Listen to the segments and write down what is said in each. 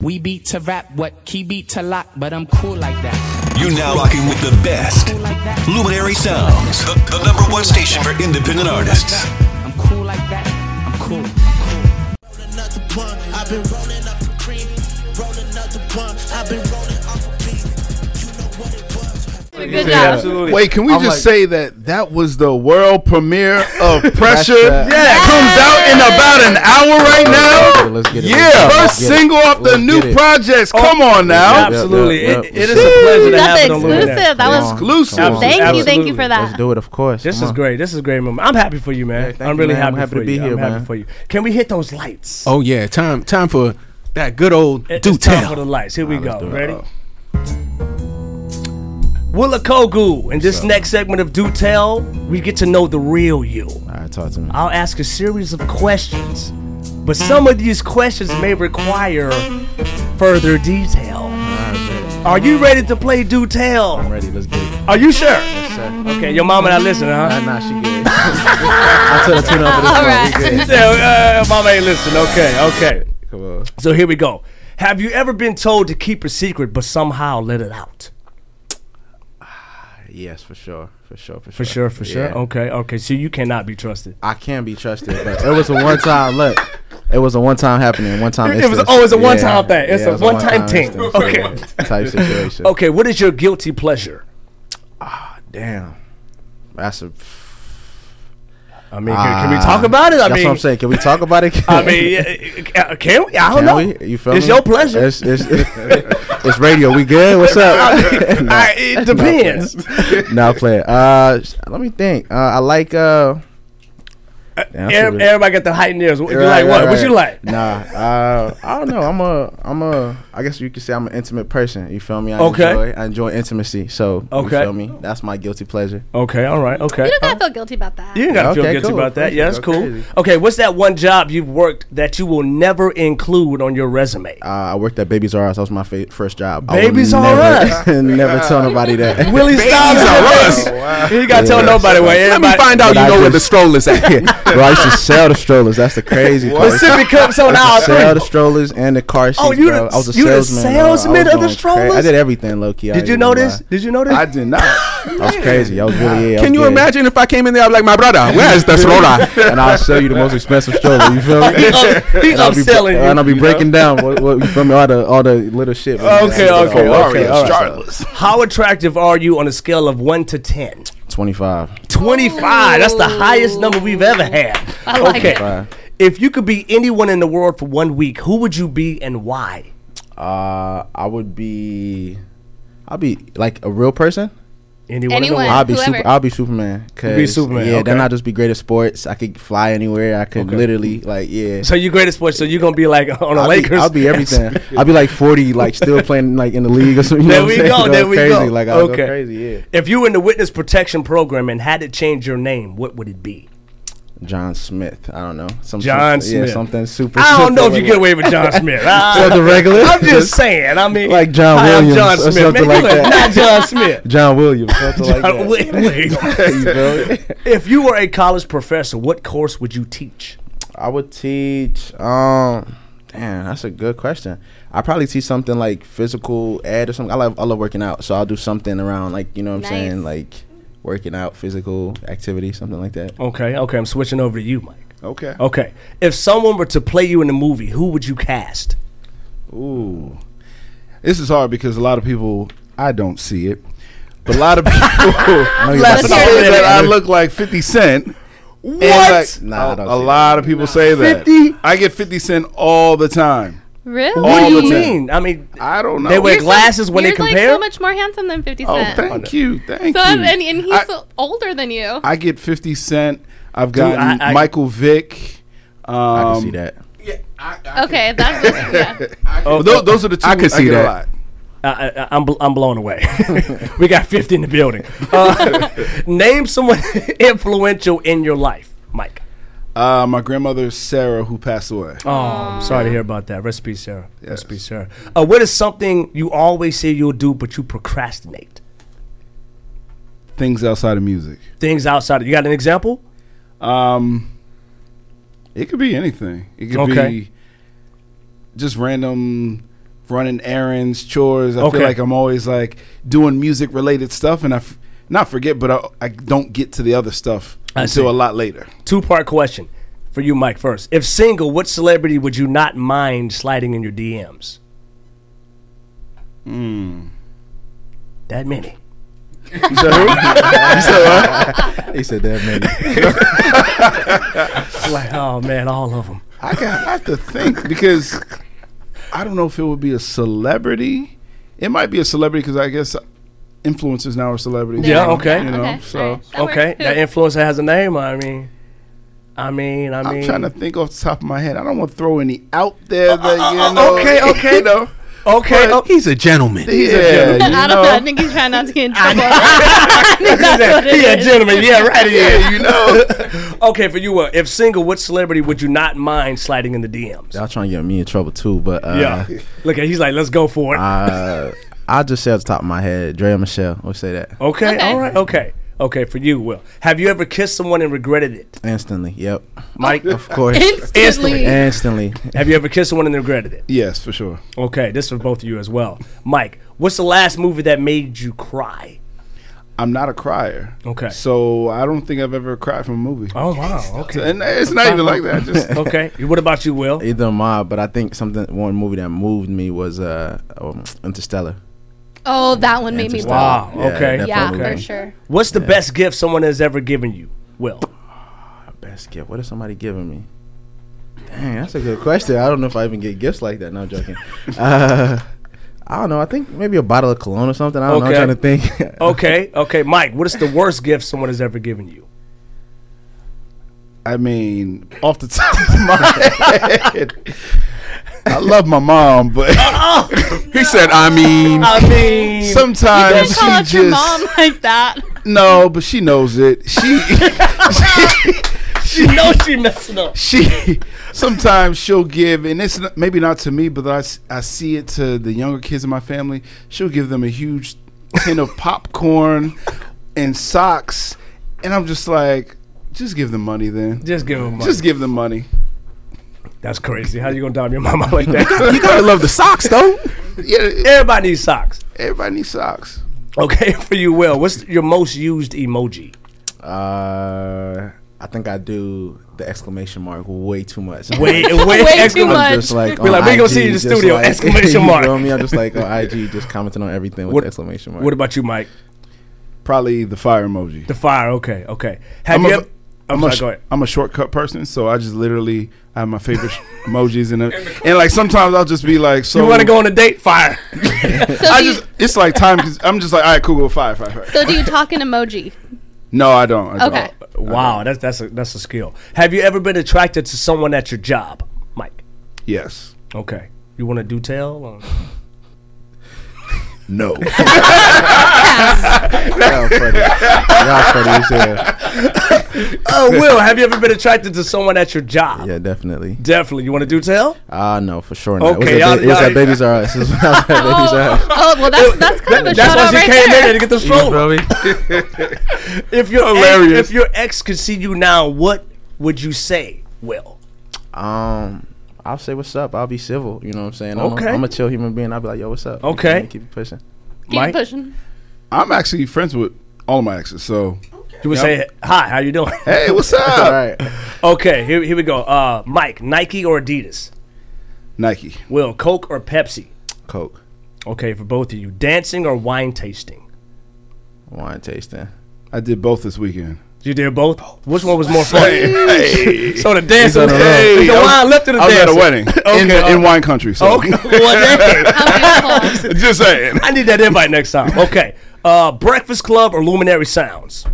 We beat to rap, what key beat to lock, but I'm cool like that. You're now rocking with the best. Luminary Sounds, the, the number one station for independent artists. I'm cool like that. I'm cool. another one. I've been rolling up the cream, roll another one. I've been rolling off a beat. You know what it was. Good Yeah, job. absolutely. Wait, can we I'm just like, say that that was the world premiere of Pressure? that. That comes out in about an hour right Let's get now. it, let's get it, yeah, let's get it, let's first get it, single off the let's new get it. Oh, projects. Come on now. Yep, yep, absolutely. yep, It- yep. it is a pleasure to That's have it on exclusive. Luminary. That was Exclusive. Thank you, thank you for that. Let's do it, of course. This Come is on. great. This is a great moment. I'm happy for you, man. thank I'm you, really man. I'm happy, happy for to be you. here, I'm happy man. for you. Can we hit those lights? Oh yeah, time time for that good old It- do it's time for tell. the lights. Here we let's go. do it. Oh. Ready? Willa Kogu. In this next segment of Do Tell, we get to know the real you. All right, talk to me. I'll ask a series of questions, but some of these questions may require further detail. Are you ready to play Do I'm Tell? ready. Let's get it. Are you sure? Sir. Okay, your mama not listening, huh? Nah, nah, she good. I told her tune up for this one. We good. Yeah, uh, mama ain't listening. Okay, okay. Come on. So here we go. Have you ever been told to keep a secret but somehow let it out? Yes, for sure, for sure, for sure, For sure, for sure. Uh, Yeah. Okay, okay. So you cannot be trusted. I can be trusted, but it was a one time look. It was a one time happening, one time. It- it was- instance. oh, it's a one-time thing. It's a it was one-time thing. instance, Okay. Oh. yeah, type situation. Okay, what is your guilty pleasure? damn. That's a. I mean, can, can we talk about it? I Ah, that's mean, what I'm saying. Can we talk about it? I mean, uh, can we? I Can don't know. we? You feel it's me? your pleasure. It's, it's, it's radio. We good? What's up? Nah. I- it depends. no, play. Uh, sh- let me think. Uh, I like. Uh, Uh, damn, that's a Every- really- Everybody got the heightened ears. What, you Right, like right, what? What right. you like? Nah. Uh, I don't know. I'm a. I'm a. I guess you could say I'm an intimate person. You feel me? I Okay. Enjoy, I enjoy intimacy. So. Okay. You feel me? That's my guilty pleasure. Okay, all right, okay. You don't gotta feel guilty about that. You ain't gotta feel Okay, guilty cool. about that. Perfect. Yeah, that's Go cool. crazy. Okay, what's that one job you've worked that you will never include on your resume? Uh, I worked at Babies R Us. That was my fa- first job. Babies R Us? Us. never tell nobody that. Willie Styles Babies and Us. You ain't gotta tell nobody. Where Let me everybody- find out But you I know where the just- strollers at. Bro, I used to sell the strollers. That's the crazy part. Mississippi Cups on I aisle used to sell the three. strollers and the car seats. Oh, you bro. the- I was a you the salesman. bro. I was salesman of the going cra- I strollers? did everything low key. I Did ain't you even notice? lie. Did you notice? I did not. I was crazy. I was really. Yeah, I Can was you gay. imagine if I came in there? I'm like, my brother, where is the stroller? And I'll sell you the most expensive stroller. You feel me? He up- he And I'll be, upselling you. and I'll be you breaking down what, what you feel me all the all the little shit. know? Okay, Yeah. Oh, okay, okay. Ferrari, all right. Charles. How attractive are you on a scale of one to ten? twenty five. 25. That's the highest number we've ever had. I like okay. it. If you could be anyone in the world for one week, who would you be and why? Uh, I would be, I'll be like a real person. Anyone, Anyone. in the world. I'll be whoever. super, I'll be Superman. Cause, be Superman, Yeah, then okay. I'll just be great at sports. I could fly anywhere. I could literally like yeah. So you're great at sports, so you're going to be like on the I'll Lakers. Be, I'll be everything. I'll be like forty, like still playing like in the league or something. you There know what I'm we saying? go, Going there we crazy. go. Like I'll Okay. go crazy. Yeah. if you were in the witness protection program and had to change your name, what would it be? John Smith. I don't know. Some, John some- yeah, Smith. something super. I don't know if simple you like get that. away with John Smith. Or the I, regular. I'm just saying. I mean, Like John hi, I'm Williams John or Smith. something Man, you like look that. Not John Smith. John Williams. Something like John that. Williams. You feel me? if you were a college professor, what course would you teach? I would teach. Um, damn, that's a good question. I probably teach something like physical ed or something. I love I love working out, so I'll do something around like you know what I'm Nice. saying, like working out, physical activity, something like that. Okay, okay, I'm switching over to you, Mike. Okay. Okay. If someone were to play you in a movie, who would you cast? Ooh. This is hard because a lot of people I don't see it. But a lot of people Let's say hear it. that I look like 50 Cent. What? What? Nah, I don't a see lot of people say that. 50? I get 50 Cent all the time. Really? What All what do the you time. mean? I mean, I don't know. They wear so- glasses when they you're compare? like so much more handsome than 50 oh, Cent. thank you. Thank so, you. and, and he's I, so older than you. I get 50 Cent. I've gotten I- I- Michael Vick. Um, I can see that. okay, that's yeah. Oh, Well, tho- those are the two I could see get a that. lot. I, I, I'm, bl- I'm blown away. we got 50 in the building. Uh, name someone influential in your life, Mike. Uh, my grandmother Sarah, who passed away. Oh, I'm sorry to hear about that. Rest in peace, Sarah. Rest in Yes. peace, Sarah. Uh, what is something you always say you'll do, but you procrastinate? Things outside of music. Things outside. You got an example? Um, it could be anything. It could Okay. be just random running errands, chores. I Okay. feel like I'm always like doing music related stuff, and I f- not forget, but I, I don't get to the other stuff I until see. a lot later. Two part question for you, Mike. First, if single, what celebrity would you not mind sliding in your DMs? Hmm. That many. He said that man. Like, oh man, all of them. I got I have to think because I don't know if it would be a celebrity. It might be a celebrity because I guess influencers now are celebrities. Yeah, okay. You know, Okay, so alright, that okay, works. that influencer has a name. I mean, I mean, I I'm mean. trying to think off the top of my head. I don't want to throw any out there that you uh, know. okay, okay. You know, okay, But- okay. He's a gentleman. yeah, you I don't know. I know. think he's trying not to get in trouble. I think that's what it He a is. gentleman. oh, Yeah, right. He is. Yeah, you know. Okay, for you, uh, if single, what celebrity would you not mind sliding in the DMs? Y'all trying to get me in trouble too, but uh, yeah. Look at he's like, let's go for it. uh, I just say off the top of my head, Dre and Michelle. We say that okay, okay. all right, okay. Okay, for you, Will. Have you ever kissed someone and regretted it? instantly. Yep, Mike, of course, Instantly. instantly. have you ever kissed someone and regretted it? Yes, for sure. Okay, this is for both of you as well. Mike, what's the last movie that made you cry? I'm not a crier. Okay. So I don't think I've ever cried from a movie. Oh, wow, okay. And it's not even like that. I Just Okay, what about you, Will? Either am I, but I think something one movie that moved me was uh um, Interstellar. Oh, that one made me Interstellar. wow. Wow, okay. that Yeah, probably for was sure. What's the best gift someone has ever given you, Will? my Best gift. What is somebody giving me? Dang, that's a good question. I don't know if I even get gifts like that. No, I'm joking. uh, I don't know. I think maybe a bottle of cologne or something. I don't know. I'm Okay. Oh. trying to think. Okay, okay, Mike, what is the worst gift someone has ever given you? I mean, off the top of my head, I love my mom, but He said, I mean, I mean, sometimes Don't call she out your just mom like that. no, but she knows it. She she knows she messing up. she sometimes she'll give, and it's not, maybe not to me, but I s- I see it to the younger kids in my family. She'll give them a huge tin of popcorn and socks, and I'm just like, just give them money then. Just give him money. Just give them money. That's crazy. How you gonna dime your mama like that? you gotta love the socks though. Yeah, Everybody needs socks. everybody needs socks. Okay, for you, Will. What's your most used emoji? Uh, I think I do the exclamation mark way too much. Wait, wait, Way too exclamation- much. I'm just like, We're on like, we gonna IG, see you in the just studio, like- exclamation mark. You feel me? I'm just like on IG, just commenting on everything with What- the exclamation mark. What about you, Mike? Probably the fire emoji. The fire. Okay, okay. Have I'm you? a- ever, I'm sorry. I'm a, sh- go ahead. I'm a shortcut person, so I just literally I have my favorite sh- emojis and it- and like sometimes I'll just be like, so You want to go on a date? Fire. So, I do, just it's like time. Cause I'm just like, all right, cool, go fire, fire, fire. you, so do you talk in emoji? No, I don't. I Okay. Don't. Wow, that's that's a that's a skill. Have you ever been attracted to someone at your job, Mike? Yes. Okay. You want to do tell? Or? No. Y'all funny. Y'all funny as hell. Oh, Will. Have you ever been attracted to someone at your job? Yeah, definitely. Definitely. You want to do tell? Ah, no, for sure not. Okay, it was, y'all- at, ba- it was y'all- at Babies R Us. It was at Babies R Us. Oh, well, that's, that's kind of a That's shout why out she right came in there. here to get the stroke. if your Hilarious. Ex, if your ex could see you now, what would you say? Will Um, I'll say what's up. I'll be civil. You know what I'm saying? I'm, Okay. a, I'm a chill human being. I'll be like, yo, what's up? You Okay. know, keep it pushing. Keep Mike? pushing. I'm actually friends with all of my exes, so you would say, "Hi, how you doing?" hey, what's up? All right. okay, here, here we go. Uh, Mike, Nike or Adidas? Nike. Will Coke or Pepsi? Coke, Okay, for both of you, dancing or wine tasting? wine tasting. I did both this weekend. You did both. Which one was more fun? Hey, so the dancing, Hey, the I was- wine left in the I was at a dancing. wedding in, Okay. in wine country. So Okay, well, dang. I'm beautiful. just saying. I need that invite next time. Okay. Uh, Breakfast Club or Luminary Sounds?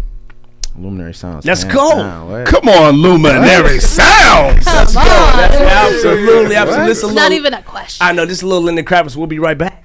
Luminary sounds. Let's hands go. down. What? Come on, luminary sounds. Come on. Absolutely, absolutely. It's This a little, not even a question. I know this is a little in the Kravitz. We'll be right back.